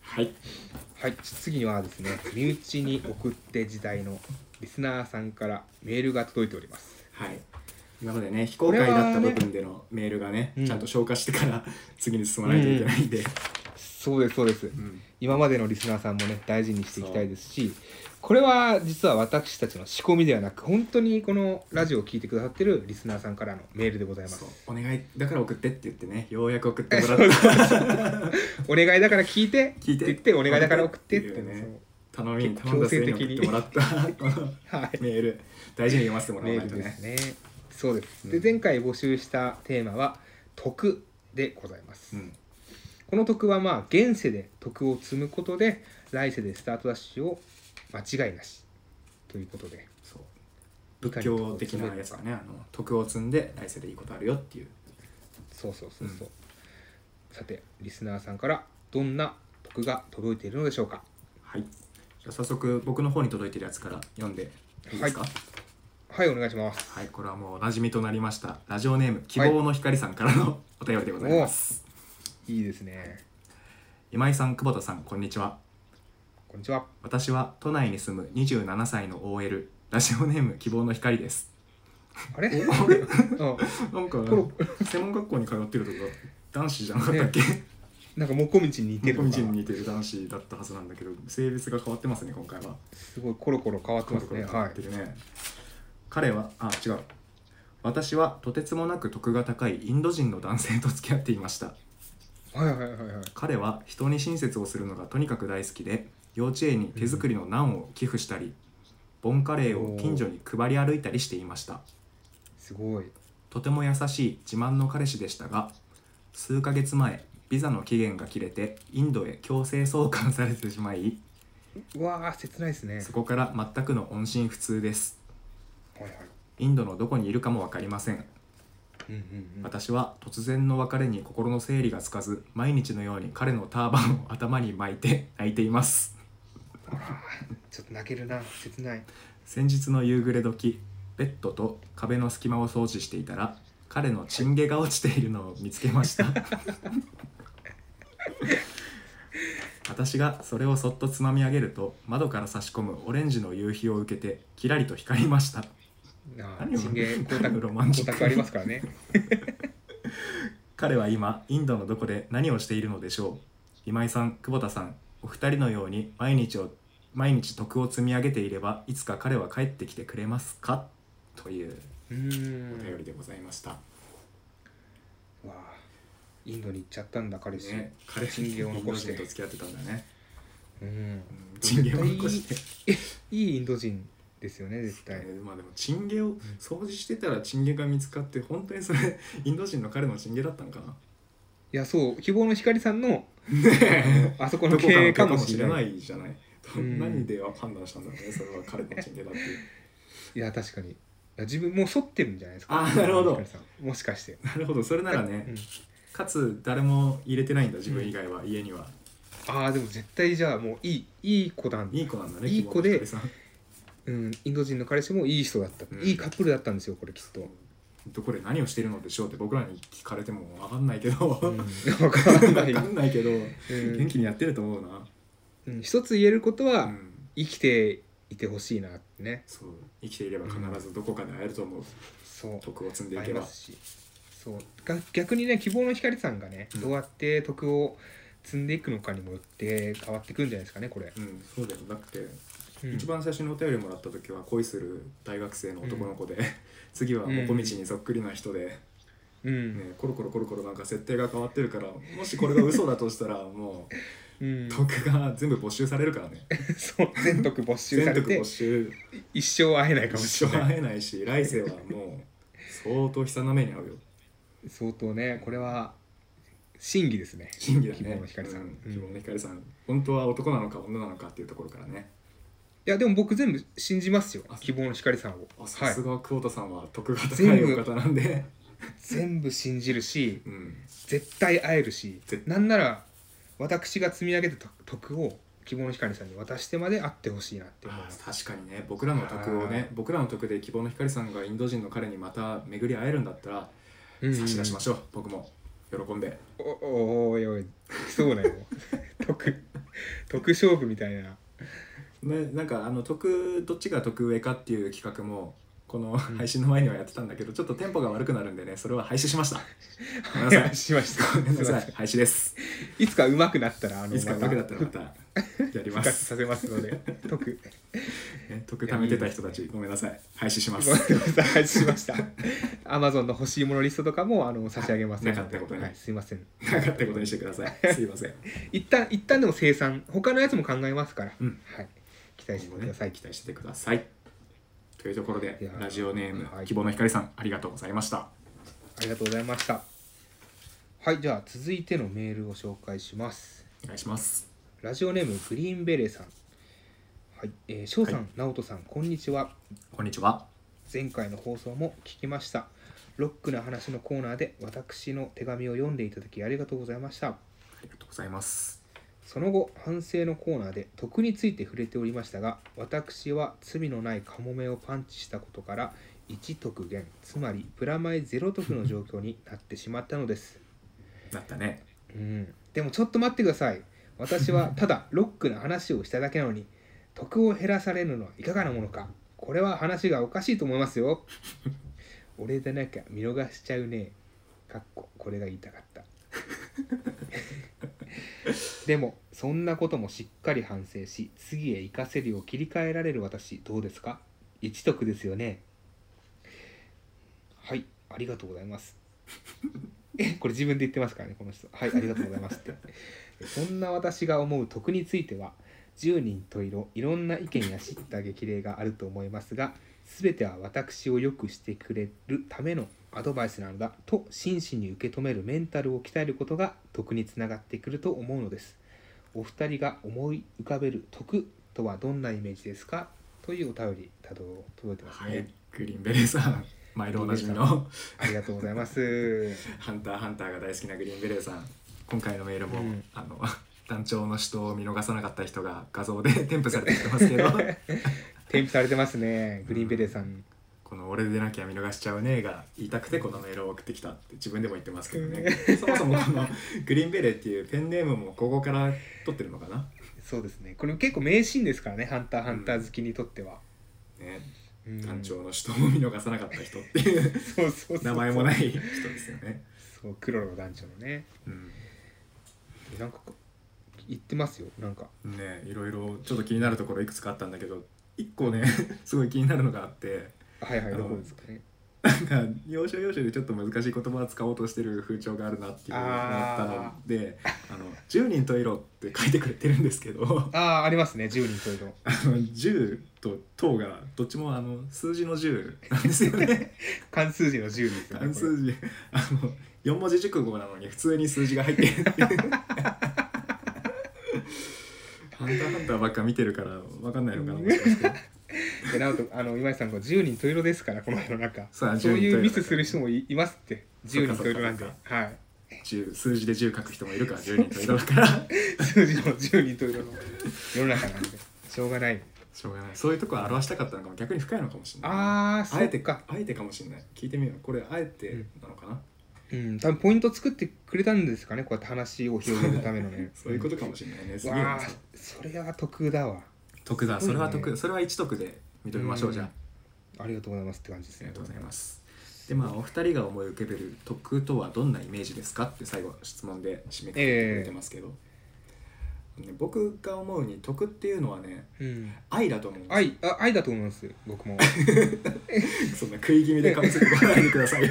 A: はい
B: はい次はですね身内に送って時代のリスナーさんからメールが届いております
A: はいなのでね非公開だった部分でのメールがね
B: うん
A: ちゃんと消化してから次に進まないといけないんで、
B: そうですそうです
A: うん
B: 今までのリスナーさんもね大事にしていきたいですしこれは実は私たちの仕込みではなく本当にこのラジオを聞いてくださってるリスナーさんからのメールでございます
A: そうお願いだから送ってって言ってねようやく送ってもらった
B: お願いだから聞いて
A: 聞いて
B: って言ってお願いだから送ってって
A: っていうね
B: ね
A: 頼みに頼ん
B: 強
A: だ末
B: 制
A: に
B: 的
A: 送っ
B: に
A: てもらったこの
B: そうはい
A: メール大事に読ませてもらわ
B: メ
A: な
B: ー
A: いと
B: ルです
A: ね
B: ねそうです、
A: う
B: で
A: ん
B: 前回募集したテーマは「徳」でございます、
A: うん
B: この徳はまあ現世で徳を積むことで来世でスタートダッシュを間違いなしということで
A: そう仏教的なやつだねあの徳を積んで来世でいいことあるよっていう
B: そうそうそうそう、さてリスナーさんからどんな徳が届いているのでしょうか
A: はいじゃあ早速僕の方に届いてるやつから読んでいいですか
B: は
A: はいい、
B: はいお願いします
A: これはもうおなじみとなりましたラジオネーム希望の光さんからの お便りでございます、
B: いいですね
A: 今井さん久保田さんこんにちは
B: こんにちは
A: 私は都内に住む27歳の OL ラジオネーム希望の光です
B: あ れ
A: あれ
B: うん
A: なんか
B: コロ
A: 専門学校に通ってるとか男子じゃなかったっけ、
B: なんかもこみちに似て
A: 日
B: る
A: 本
B: のか
A: 人
B: な
A: に似てる男子だったはずなんだけど性別が変わってますね今回は
B: すごいコロコロ変わってますね
A: 変わ
B: は
A: っ
B: い
A: てるね、彼はあ違う私はとてつもなく徳が高いインド人の男性と付き合っていました
B: はいはいはいはい
A: 彼は人に親切をするのがとにかく大好きで幼稚園に手作りのナンを寄付したり、ボンカレーを近所に配り歩いたりしていました
B: すごい
A: とても優しい自慢の彼氏でしたが数ヶ月前ビザの期限が切れてインドへ強制送還されてしまいう
B: わー切ないですね
A: そこから全くの音信不通です
B: はいはい
A: インドのどこにいるかも分かりません
B: うんうんうん
A: 私は突然の別れに心の整理がつかず毎日のように彼のターバンを頭に巻いて泣いています
B: ちょっと泣けるな切ない
A: 先日の夕暮れ時ベッドと壁の隙間を掃除していたら彼のチンゲが落ちているのを見つけました私がそれをそっとつまみ上げると窓から差し込むオレンジの夕日を受けてキラリと光りました
B: なあ
A: 何を
B: チンゲ光
A: 何
B: 沢
A: をロマンチック
B: 光沢ありますからね
A: 彼は今インドのどこで何をしているのでしょう今井さん久保田さんお二人のように毎日を毎日徳を積み上げていればいつか彼は帰ってきてくれますかという
B: う
A: お便り
B: ん
A: でございました、
B: うわあインドに行っちゃったんだ彼氏
A: ね、彼
B: チンゲを残して
A: インド人と付き合ってたんだね
B: うん
A: うんチンゲを残して、
B: いいインド人ですよね絶対
A: ねまあでもチンゲを掃除してたらチンゲが見つかって本当にそれインド人の彼のチンゲだったんか ない
B: やそう希望の光さんの
A: ね
B: あそこ
A: え
B: の
A: どこか
B: 経営
A: の
B: か
A: か
B: も
A: も
B: し
A: し
B: れ
A: れ
B: な
A: ないいじゃない、
B: うん
A: 何で判断したんだろう ねそれは彼のチンゲだっていう
B: いや確かにいや自分もう剃ってるんじゃないですか
A: あーなるほど
B: 光さんもしかして
A: なるほどそれならね、
B: うん
A: かつ誰も入れてないんだ自分以外は、家には
B: ああでも絶対じゃあもういいいい子だ
A: いい子なんだね
B: いい子で
A: 希望の光さ
B: うん、インド人の彼氏もいい人だった、
A: うん
B: いいカップルだったんですよこれきっと、
A: んどこで何をしてるのでしょうって僕らに聞かれても分かんないけど、わ
B: うん、分から ない、
A: かんないけど、
B: うん
A: 元気にやってると思うな、
B: うん一つ言えることは、
A: うん、
B: 生きていてほしいなってね
A: そう生きていれば必ずどこかで会えると思う、
B: そう
A: 徳を積んでい
B: あ
A: け
B: り
A: ば
B: ますしそうが逆にね希望の光さんがね、
A: うん
B: どうやって徳を積んでいくのかにもよって変わってくるんじゃないですかねこれ、
A: うんそうだよだって、
B: うん
A: 一番最初にお便りもらった時は恋する大学生の男の子で、 次はもこみちにそっくりな人で、
B: うん、
A: ね、コロコロコロコロなんか設定が変わってるからもしこれが嘘だとした らもう
B: うん、
A: 徳が全部没収されるからね
B: そう全徳没収さ
A: 全
B: れ
A: 徳
B: て
A: 没収
B: 一生会えないか
A: 一
B: もし
A: 生
B: れない
A: 会えないし来世はもう相当悲惨な目に遭う よ
B: 相当ねこれは真偽ですね
A: 真偽だね
B: 希望の光さん、
A: うん
B: うん
A: 希望の光さん本当は男なのか女なのかっていうところからね
B: いやでも僕全部信じますよ
A: あそう
B: 希望の光さんを
A: あさ
B: はい
A: すが久保田さんは徳が高
B: 全
A: い
B: 部
A: お方なんで、
B: 全部信じるし
A: うん、
B: 絶対会えるし
A: 絶
B: なんなら私が積み上げた徳を希望の光さんに渡してまで会ってほしいなって思い
A: あ
B: ます
A: 確かにね僕らの徳を
B: はい
A: ね僕らの徳で希望の光さんがインド人の彼にまた巡り会えるんだったら
B: うん
A: 差し出しましょう、僕も喜んで
B: おおおいおいそうだよ 徳徳勝負みたいな
A: ね、なんかあの得どっちが得上かっていう企画もこの配信の前にはやってたんだけどちょっとテンポが悪くなるんでねそれは廃止しましたごめんなさい
B: しました
A: ごめんな
B: すい
A: さ
B: ま
A: い廃止です
B: せんいつか上手くなったらあの
A: いつかなくなったらま
B: ま
A: た
B: た
A: やり
B: 復
A: ま
B: 活
A: す
B: させますので特
A: ね得貯めてた人たちごめんなさい廃止しま
B: ご
A: す
B: めんなさい配信し ましたアマゾンの欲しいものリストとかもあの差し上げますので
A: なかったことに
B: はい、すいません
A: なかったことにしてくださいすいません
B: 一旦一旦でも生産他のやつも考えますから、
A: うん
B: はい、期待してください、
A: 期待しててくださいというところで
B: いやー
A: ラジオネーム、
B: はい
A: 希望の光さんありがとうございました
B: ありがとうございましたはいじゃあ続いてのメールを紹介します
A: お願いします
B: ラジオネームグリーンベレーさんはい、えー、翔さん、
A: はい
B: 直人さんこんにちは
A: こんにちは
B: 前回の放送も聞きましたロックな話のコーナーで私の手紙を読んでいただきありがとうございました
A: ありがとうございます
B: その後反省のコーナーで徳について触れておりましたが私は罪のないカモメをパンチしたことから1得減つまりプラマイ0得の状況になってしまったのです
A: なったね
B: うんでもちょっと待ってください私はただロックな話をしただけなのに得を減らされるのはいかがなものかこれは話がおかしいと思いますよ俺でなきゃ見逃しちゃうねかっここれが言いたかった でもそんなこともしっかり反省し次へ生かせるよう切り替えられる私どうですか一得ですよねはいありがとうございますえこれ自分で言ってますからねこの人はいありがとうございますってそんな私が思う徳については10人といろいろんな意見や叱咤激励があると思いますが全ては私を良くしてくれるためのアドバイスなのだと真摯に受け止めるメンタルを鍛えることが徳につながってくると思うのですお二人が思い浮かべる徳とはどんなイメージですかというお便りたど届いてます
A: は
B: ね、
A: いグリーンベレーさん毎度おなじみの
B: ありがとうございます
A: 「ハンターハンター」が大好きなグリーンベレーさん今回のメールも、
B: うん
A: あの 団長の人を見逃さなかった人が画像で添付されてきてますけど
B: 添付されてますねグリーンベレーさん
A: この「俺でなきゃ見逃しちゃうね」が言いたくてこのメールを送ってきたって自分でも言ってますけどねそもそもこの グリーンベレーっていうペンネームもここから取ってるのかな、
B: そうですねこれ結構名シーンですからね「ハンターハンター」好きにとっては、
A: ね、
B: うん
A: 団 長の人を見逃さなかった人っていう
B: そうそう そう
A: 名前もない人ですよね。
B: そう黒の団長のね
A: うん
B: なんかこう言ってますよなんか
A: ねいろいろちょっと気になるところいくつかあったんだけど一個ね すごい気になるのがあって
B: はいはい
A: あの
B: どこですかね
A: なんか要所要所でちょっと難しい言葉を使おうとしてる風潮があるなっていうのがあったので「あの10人と色」って書いてくれてるんですけどあ
B: ああありますね10人といろ
A: の10と「と」がどっちもあの数字の10なんですよ ね
B: 漢数字の10ですよね
A: 単数
B: 字
A: 字あの4文字熟語なのに普通に数字が入ってる っていう。ハンターハンターばっか見てるから分かんないのかなもしかして。
B: でなんとあの今井さんこう10人といろですからこの世 の中
A: そうだ
B: そう
A: 10人十色だか
B: いう
A: ら
B: ミスする人もいいますって10人といろなんで
A: そっか
B: はい
A: 10数字で10書く人もいるから10人といろだから
B: 数字の10人といろの世の中なんでしょうがない
A: しょうがないそういうところを表したかったのかも逆に深いのかもしれない
B: ああそ
A: あえ
B: ってか
A: かあえてかもしれない聞いてみようこれあえてなのかな、
B: うん、多分ポイント作ってくれたんですかねこうやって話を広げるためのね
A: そういうことかもしれないね、す
B: うん
A: げえ
B: わ
A: な
B: あそれは得だわ
A: 得だそれは
B: すごい
A: 得
B: ね
A: それは一得で認めましょうじゃあ
B: うんありがとうございますって感じで
A: あ
B: す
A: り
B: ね
A: がとうございますでまあお二人が思い受ける得とはどんなイメージですかって最後質問で締めくくってくれてますけど、ね僕が思うに得っていうのはね
B: うん
A: 愛だと思うんですよ
B: 愛あ愛だと思います僕も
A: そんな食い気味でかぶせてこないでくださいよ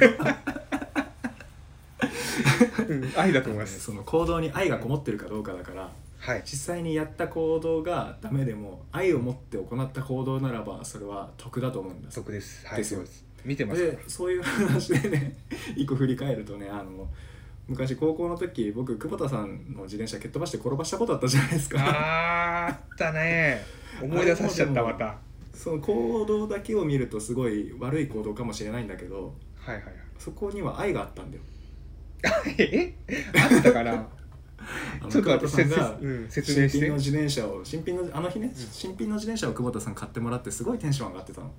B: うん愛だと思います
A: その行動に愛がこもってるかどうかだから
B: はい
A: 実際にやった行動がダメでも愛を持って行った行動ならばそれは得だと思うんです
B: 得ですはい
A: ですよ
B: そうです見てますか
A: でそういう話でね 一個振り返るとねあの昔高校の時僕久保田さんの自転車蹴っ飛ばして転ばしたことあったじゃないです
B: ら
A: か
B: あーあった ね思い出させちゃったまたは
A: その行動だけを見るとすごい悪い行動かもしれないんだけど
B: いはいはい
A: そこには愛があったんだよ
B: えあったかな
A: あの
B: ちょ
A: 久
B: っと
A: 保
B: 待
A: 田
B: っ
A: さ
B: て
A: ん
B: せせ
A: が
B: うん説
A: 新
B: 明し
A: 品の
B: てはい
A: 自転車を新品のあの日ね新品の自転車を久保田さん買ってもらってすごいテンション上がってたの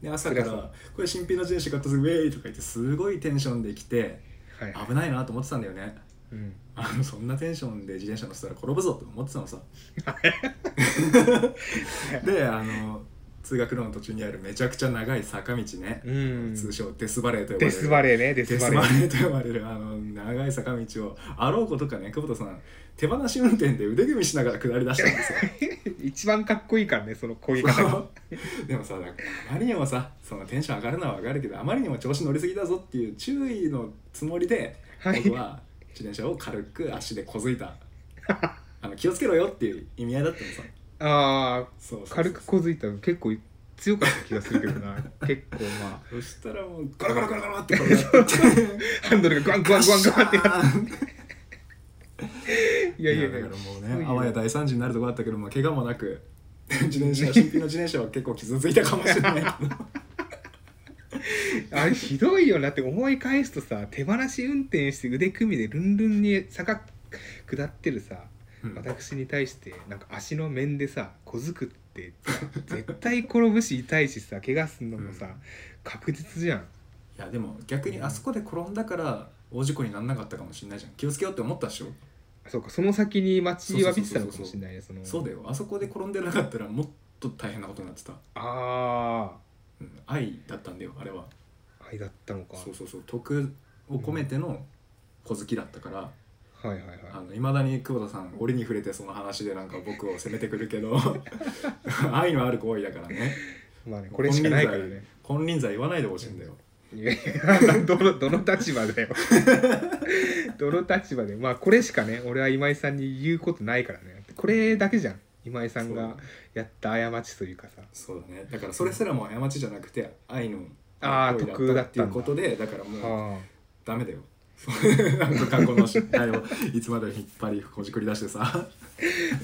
A: で朝から
B: そりゃそう
A: 「これ新品の自転車買ったぞウェイ!」とか言ってすごいテンションで来て
B: はい
A: 危ないなと思ってたんだよね
B: うん
A: あの そんなテンションで自転車 乗せたら転ぶぞと思ってたのさであの通学路の途中にあるめちゃくちゃ長い坂道ね、
B: うん
A: 通称デスバレーと呼ばれ
B: デ
A: る
B: スバレーねデ
A: デ
B: ス
A: ス
B: バ
A: バ
B: レ
A: レ
B: ー
A: ーと呼ばれるあの長い坂道をあろうことかね久保田さん手放し運転で腕組みしながら下り出したんです よ
B: 一番かっこいいからねそのこういう方が
A: でもさなんかあまりにもさそのテンション上がるのは上がるけどあまりにも調子乗りすぎだぞっていう注意のつもりで、
B: はい
A: 僕は自転車を軽く足でこづいたあの気をつけろよっていう意味合いだったのさ
B: ああ
A: そうそうそう
B: 軽くこづいたの結構強かった気がするけどな結構ま
A: そしたらもうゴロゴロゴロゴロってこうやって
B: あハンドルがガンガンガンガ ンってなっい
A: い
B: や
A: や
B: い
A: い
B: や
A: や
B: いや
A: だからもう
B: すごい
A: ね
B: よ
A: あわや大惨事になるとこだったけども怪我もなく自転車新品の自転車は結構傷ついたかもしれないけど
B: あれひどいよなって思い返すとさ手放し運転して腕組みでルンルンに坂下ってるさ
A: うん
B: 私に対してなんか足の面でさ小づくって絶対転ぶし痛いしさ怪我すんのもさ、
A: うん
B: 確実じゃん
A: いやでも逆にあそこで転んだから大事故にならなかったかもしれないじゃん気をつけようって思ったでしょ、
B: そうかその先に待ちわびてたのかもしれないねその
A: そうだよあそこで転んでなかったらもっと大変なことになってた、
B: あ
A: うん、愛だったんだよあれは
B: あ愛だったのか
A: そうそうそう徳を込めての小好きだったから、
B: はいはいはい
A: あの未だに久保田さん折に触れてその話でなんか僕を責めてくるけど愛のある行為だからね
B: まあねこれしかないからね
A: 金輪際言わないでほしいんだよ、
B: いやいや どのどの立場だよ どの立場でまあこれしかね俺は今井さんに言うことないからねこれだけじゃん今井さんがやった過ちというかさ
A: そうだねだからそれすらも過ちじゃなくて愛の
B: あー
A: 行為っていうことでだからもう
B: は
A: ダメだよ なんとかこの失態をいつまでも引っ張りほじくり出してさ
B: あ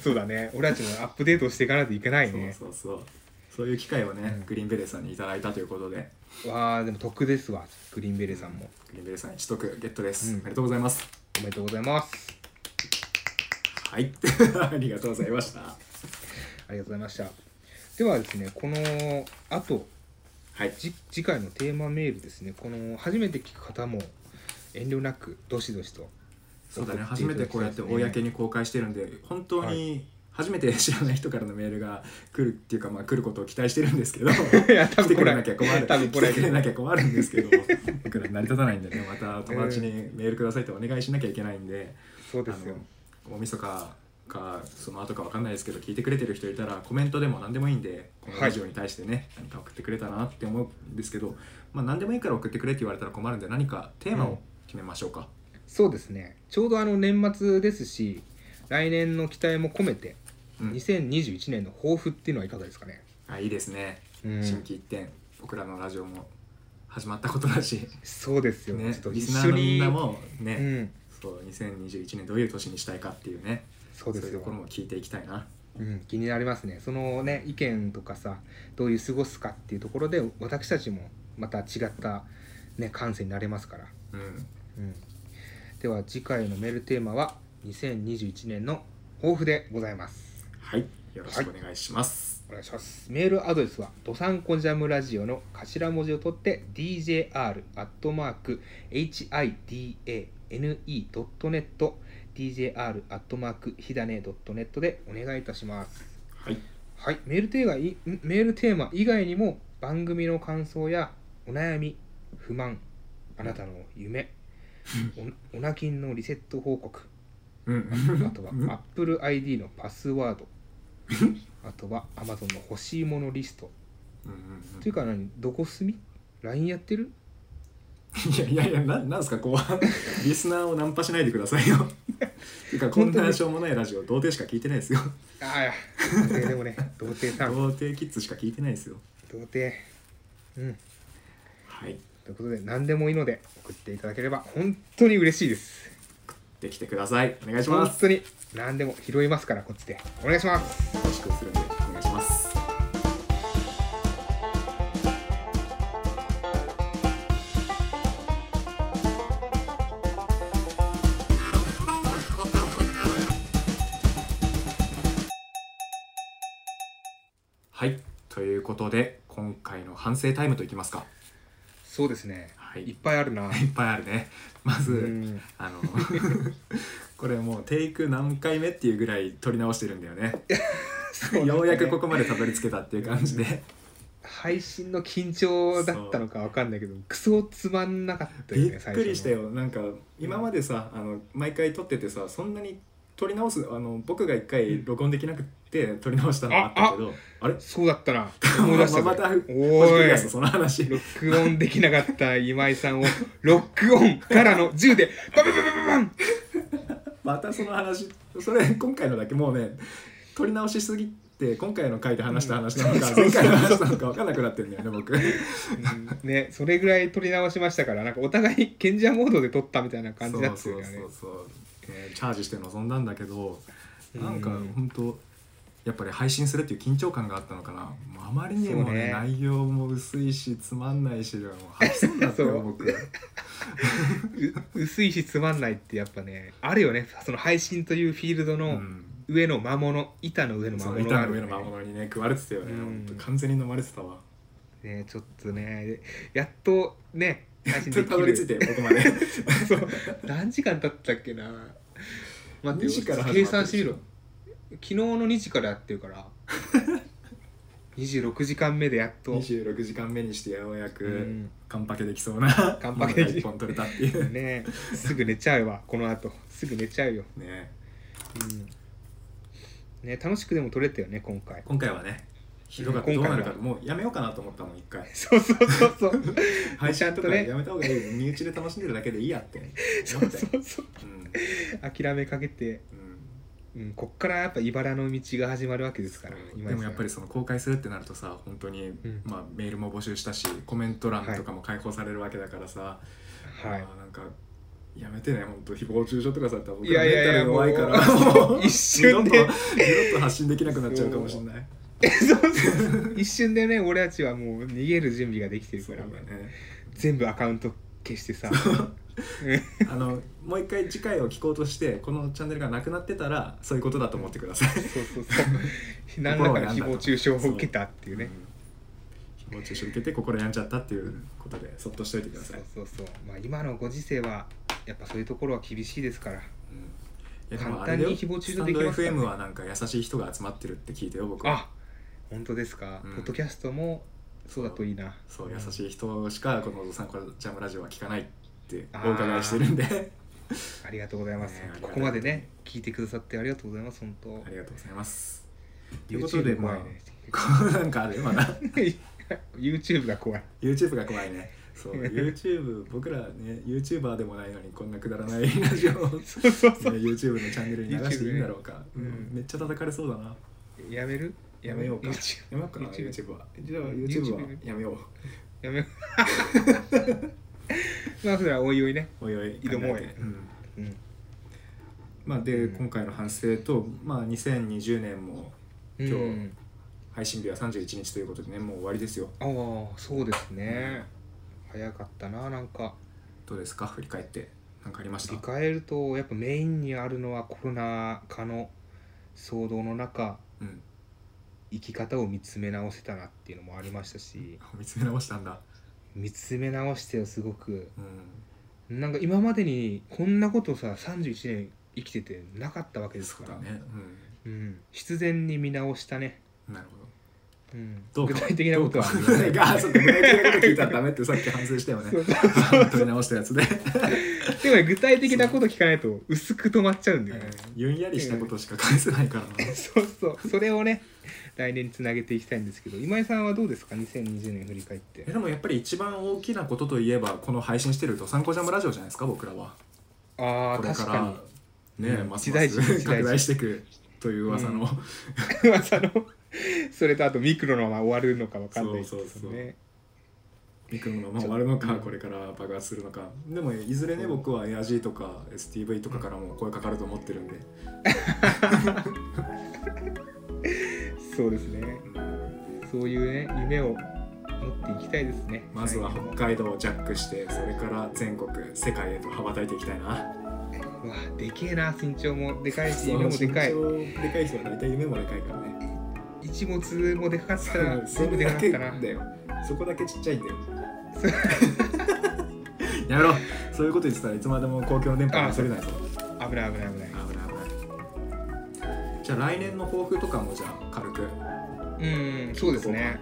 B: そうだね俺たちもアップデートしていかないといけないね
A: そうそうそうそういう機会をね、
B: うん
A: グリーンベレーさんにいただいたということで
B: わあでも得ですわグリーンベレーさんも、
A: グリーンベレーさん一得ゲットです、
B: うん
A: ありがとうございます
B: おめでとうございます
A: はい ありがとうございました
B: ありがとうございましたではですねこのあと
A: はい
B: じ次回のテーマメールですねこの初めて聞く方も遠慮なくどしどしと
A: そうだね
B: 送って
A: 初
B: いた
A: め
B: だ
A: て
B: きた
A: こ
B: いうで
A: や
B: す
A: って公
B: ね
A: に公開してるんで本当
B: は
A: に初めて知らない人からのメールが来るっていうかまあ来ることを期待してるんですけど
B: いや 多
A: 来てく
B: 分これ
A: れなきゃ困る
B: 多分これ
A: 来てくれなきゃ困るんですけど僕ら成り立たないんでねまた友達にメールくださいってお願いしなきゃいけないんで、
B: そうですよ
A: あの大晦日かその後かわかんないですけど聞いてくれてる人いたらコメントでも何でもいいんでこのラジオに対してね、何か送ってくれたらなって思うんですけど、まあ、何でもいいから送ってくれって言われたら困るんで何かテーマ
B: うん
A: を決めましょうか、
B: そうですねちょうどあの年末ですし来年の期待も込めて
A: うん
B: 2021年の抱負っていうのはいかがですかね、
A: あいいですね、
B: うん
A: 新規一点僕らのラジオも始まったことだし、
B: そうですよ、
A: ね
B: ちょっ、と
A: リ
B: 一
A: スナー
B: 緒
A: のみ
B: に
A: んなもね、
B: うん
A: そう2021年どういう年にしたいかっていうね
B: そうです
A: いうと
B: よ
A: ころも聞いていきたいな
B: うん、気になりますねそのね意見とかさどういう過ごすかっていうところで私たちもまた違った、ね、感性になれますから、
A: うん
B: うん、では次回のメールテーマは2021年の抱負でございます
A: はいよろしくお願いします、
B: お願いしますメールアドレスは「どさんこジャムラジオ」の頭文字を取って djr.hidane.net djr.hidane.net でお願いいたします
A: はい、
B: はい、メールテーマいんメールテーマ以外にも番組の感想やお悩み不満あなたの夢おおなきんのリセット報告
A: う
B: あ
A: ん
B: とは AppleID のパスワードあとは Amazon の欲しいものリスト
A: うんうん
B: というか何どこ住み ?LINE やってる
A: うん、いやいやいやななんですかこうリスナーをナンパしないでください よていうかこん
B: 本当
A: な
B: に
A: しょうもないラジオ童貞しか聞いてないですよ
B: ああ童貞でもね童貞さん童
A: 童貞キッズしか聞いてないですよ
B: 貞うん
A: はい
B: ということで何でもいいので送っていただければ本当に嬉しいです
A: できてくださいお願いしま
B: 本
A: す
B: 当に何でも拾いますからこっちでお願いします
A: よろしくするんでお願いしますはいということで今回の反省タイムといきますか
B: そうですね、
A: はい
B: いっぱいあるな
A: いっぱいあるねまず、
B: うん
A: あの これもうテイク何回目っていうぐらい撮り直してるんだよね
B: そう
A: ようやくこ
B: こ
A: こまでたどり着けたっていう感じで
B: 配信の緊張だったのかわかんないけどクソつまんなかったよ
A: び
B: ね
A: っ
B: 最初
A: くりした
B: よ
A: よなんか今までさあの毎回撮っててさそんなに撮り直すあの僕が一回録音できなくて撮り直したのはあったけどあれ
B: そうだっ たな思い出した
A: また
B: ぞお
A: また繰り
B: ー
A: 返
B: い
A: すその話
B: ロックオンできなかった今井さんを ロックオンからの銃でバンバンバンバンバン
A: またその話それ今回のだけもうね撮り直しすぎて今回の回で話した話なのか、
B: うん
A: 前回の話なのか分かんなくなってるんだよね僕
B: うんねそれぐらい撮り直しましたからなんかお互い賢者モードで撮ったみたいな感じだった
A: そ
B: よ
A: う
B: ねあ
A: そうそ
B: れ
A: うそう、ねチャージして臨んだんだけどなんか
B: うん
A: 本当やっぱり配信するっていう緊張感があったのかなもうあまりにも
B: そう
A: ね
B: ね
A: 内容も薄いしつまんないしもう吐きそうになった
B: そ
A: よ
B: う
A: 僕
B: う薄いしつまんないってやっぱねあるよねその配信というフィールド
A: う
B: の
A: ん
B: 上の魔物板の上の魔
A: そう
B: 物
A: 板
B: が
A: の
B: ある
A: 上
B: よ
A: の
B: ね
A: 魔物にね食われてたよね、
B: うん
A: ほんと完全に飲まれてたわ
B: ねちょっとねやっとね配 信でき
A: たどり
B: る
A: 着いてここまで
B: そう何時間経ったっけな待ってよ
A: 2時から始まってるでしょ
B: 計算してみろ昨日の2時からやってるから 26時間目でやっと
A: 26時間目にしてようやく、
B: うん
A: 完パケできそうな
B: 完パケでき
A: 一本取れたって いう
B: ねすぐ寝ちゃうわこの後すぐ寝ちゃうよ、
A: ね
B: うんね、楽しくでも撮れたよね今回
A: 今回はねひどかった
B: うん
A: どう
B: 今回
A: な
B: は
A: るかもうやめようかなと思ったもん一回
B: そうそうそうそう
A: 配信とか
B: ちゃんとね
A: やめた方がいい身内で楽しんでるだけでいいやって
B: そ
A: 思
B: う
A: って
B: そうそう
A: うん
B: 諦めかけて、うん、こっからやっぱ茨の道が始まるわけですから
A: うん、
B: 今
A: で
B: 井さん
A: もやっぱりその公開するってなるとさ本当に、
B: ん
A: まあ、メールも募集したしコメント欄とかも開放されるわけだからさ、
B: はい
A: まあなんかやめてね本当誹謗中傷とかされたら僕
B: いやいやい
A: メンタ
B: や
A: ル弱いから
B: もう
A: もう
B: 一瞬で
A: 二度と二度と発信できなくなっちゃうかもしれない
B: そうそう一瞬でね俺たちはもう逃げる準備ができてる
A: そう
B: から
A: だ
B: ね
A: ね
B: 全部アカウント消してさ
A: あのもう一回次回を聞こうとしてこのチャンネルがなくなってたらそういうことだと思ってください。
B: そ うそうそう何らかの誹謗中傷を受けたっていうね
A: うん誹謗中傷受けて心病んじゃったっていうことでそっとしといてくだ
B: そ。
A: さいう
B: そうそうまあ今のご時世はやっぱそういうところは厳しいですから
A: いやでも
B: 簡
A: あれ
B: 単
A: だよ
B: に誹謗中傷できますから
A: スタン
B: ね
A: ド FM はなんか優しい人が集まってるって聞いてよ僕は。
B: あ本当ですか、
A: うん
B: ポッドキャストもそうだといいな
A: そう優しい人しかこの「おさんこジャムラジオ」は聞かないって
B: あ
A: お
B: ー
A: 伺いしてる んで
B: ありがとうございます、
A: ねありがたい
B: ここまでね聞いてくださってありがとうございます本当
A: ありがとうございます。ということで
B: YouTube
A: まあ
B: 怖いね
A: こうなんかあ るまだ
B: YouTube が怖い
A: YouTube が怖いね。 そう YouTube 僕らね YouTuber でもないのにこんなくだらないラジオを、ね、
B: そうそうそう
A: YouTube のチャンネルに流していいんだろうか、
B: YouTube ねうん
A: うんめっちゃ叩かれそうだな
B: やめる
A: やめようか
B: YouTube
A: やめようかな
B: YouTube
A: YouTube はじゃあ YouTube はやめよ
B: やめよう まあそれはおいおいね、
A: うおいおい
B: 挑もうよ
A: 考えてん
B: うん、
A: まあで今回の反省とまあ2020年も今日
B: うん
A: 配信日は31日ということでねもう終わりですよ
B: ああそうですね、早かったななんか
A: どうですか振り返って何かありまし
B: 振
A: た
B: り返るとやっぱメインにあるのはコロナ禍の騒動の中
A: うん
B: 生き方を見つめ直せたなっていうのもありましたし
A: 見つめ直したんだ
B: 見つめ直してよすごく
A: うん
B: なんか今までにこんなことさ31年生きててなかったわけです
A: そ
B: か
A: う
B: ら
A: だね
B: うん、必然に見直したね、
A: うんなるほど
B: うん、
A: どう
B: 具
A: か
B: 体的なことは
A: どう
B: 言わ
A: か
B: な い
A: いやそうか具体的なこと聞いたらダメってさっき反省したよね
B: そう
A: 取り直したやつで
B: でもね具体的なこと聞かないと薄く止まっちゃうんだよね。
A: ゆんやりしたことしか返せないからな
B: そうそう。それをね、来年につなげていきたいんですけど、今井さんはどうですか ?2020 年振り返って
A: え。でもやっぱり一番大きなことといえばこの配信してる「ドサンコジャムラジオ」じゃないですか僕らは
B: ああ、
A: これか
B: 確からに。
A: ね
B: うん
A: ます
B: 一
A: ま
B: 大事
A: す
B: 一大事
A: 拡大していくという噂 の、
B: うん 噂の、それとあとミクロのまま終わるのかわかんないです
A: そ
B: ね。
A: うそうそうミクロのまま終わるのかこれから爆発するのかでもいずれね
B: そう
A: 僕は ARG とか STV とかからも声かかると思ってるんで、
B: そうですね。そういうね、夢を持っていきたいですね。
A: まずは北海道をジャックしてそれから全国世界へと羽ばたいていきたいな
B: うわ、でけえな。身長もでかいし、
A: そう
B: 夢もでかい
A: 身。長でかい人は大体夢もでかいからね
B: 一物もでかかったら、
A: そ
B: 全部
A: れ
B: でか
A: だ
B: か
A: け
B: ったな。
A: だよそこだけちっちゃい んだよやめろそういうこと言ってたらいつまでも公共の電波に忘れないぞ
B: 危ない危ない危ない。
A: 危ない危ないじゃあ来年の抱負とかもじゃあ軽く
B: うん、そうですね。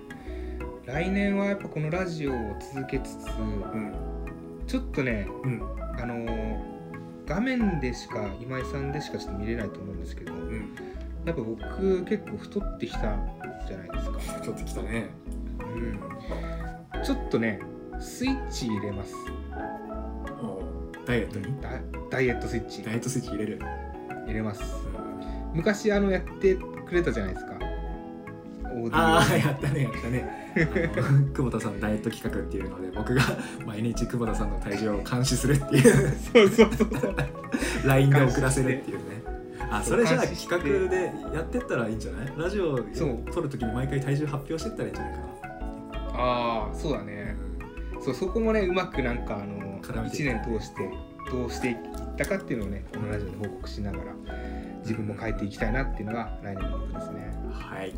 B: 来年はやっぱこのラジオを続けつつ
A: うん
B: ちょっとね
A: うん
B: あのー画面でしか今井さんでしかちょっと見れないと思うんですけど
A: うん
B: やっぱ僕結構太ってきたじゃないですか、
A: 太ってきたね
B: うん、ちょっとねスイッチ入れます
A: おダイエットに
B: ダダイエットスイッチ
A: ダイエットスイッチ入れる
B: 入れます昔あのやってくれたじゃないですかオーデ
A: ああ
B: ィ
A: やったねやったね あの久保田さんダイエット企画っていうので僕が 毎日久保田さんの体重を監視するっていう
B: オそうそうそうそう
A: LINE で送らせるっていうねあそ
B: そう
A: れじゃあ
B: 監視して
A: 企画でやってったらいいんじゃないラジオ
B: そう
A: 撮るときに毎回体重発表してったらいいんじゃないか
B: ああそうだ
A: な、
B: ねそうそこもねうまくなんかあの
A: 絡めて
B: 1年通してどうしていったかっていうのをねこのラジオで報告しながら自分も変えていきたいなっていうのが来年のことですね、
A: うんはい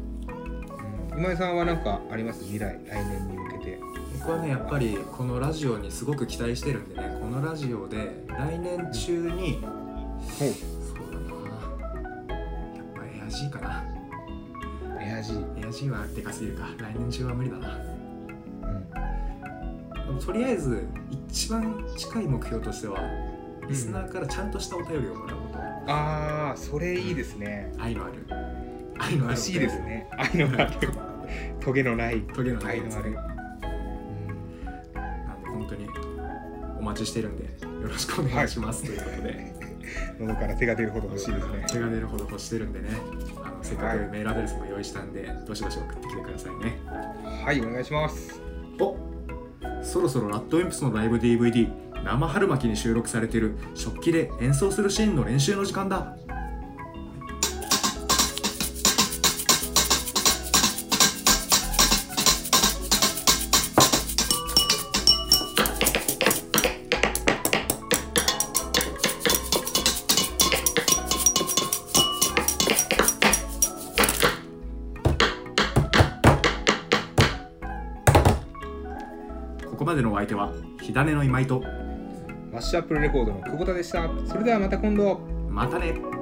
B: うん、今井さんは何かあります未来来年に向けて
A: 僕はねやっぱりこのラジオにすごく期待してるんでねこのラジオで来年中に
B: ほ
A: そうだなやっぱエア G かな
B: うエアジー、うん、
A: エア G はでかすぎるか来年中は無理だなでもとりあえず一番近い目標としてはリスナーからちゃんとしたお便りをもらうこ
B: ああそれいいですね
A: と愛のある愛のある
B: 欲しいですね愛のあるトゲのない
A: トゲのない
B: 愛
A: やつ
B: のある、
A: なんで本当にお待ちしてるんでよろしくお願いします、ということで
B: うん、喉から手が出るほど欲しいですね
A: 手が出るほど欲してるんでねあのせっか
B: はい
A: くメールアドレスも用意したんで、どしどし送ってきてくださいね
B: はいお願いします
A: おそろそろラッドウィンプスのライブ DVD 生春巻きに収録されている食器で演奏するシーンの練習の時間だここまでのお相手は火種の今井と
B: マッシュアップルレコードの久保田でしたそれではまた今度
A: またね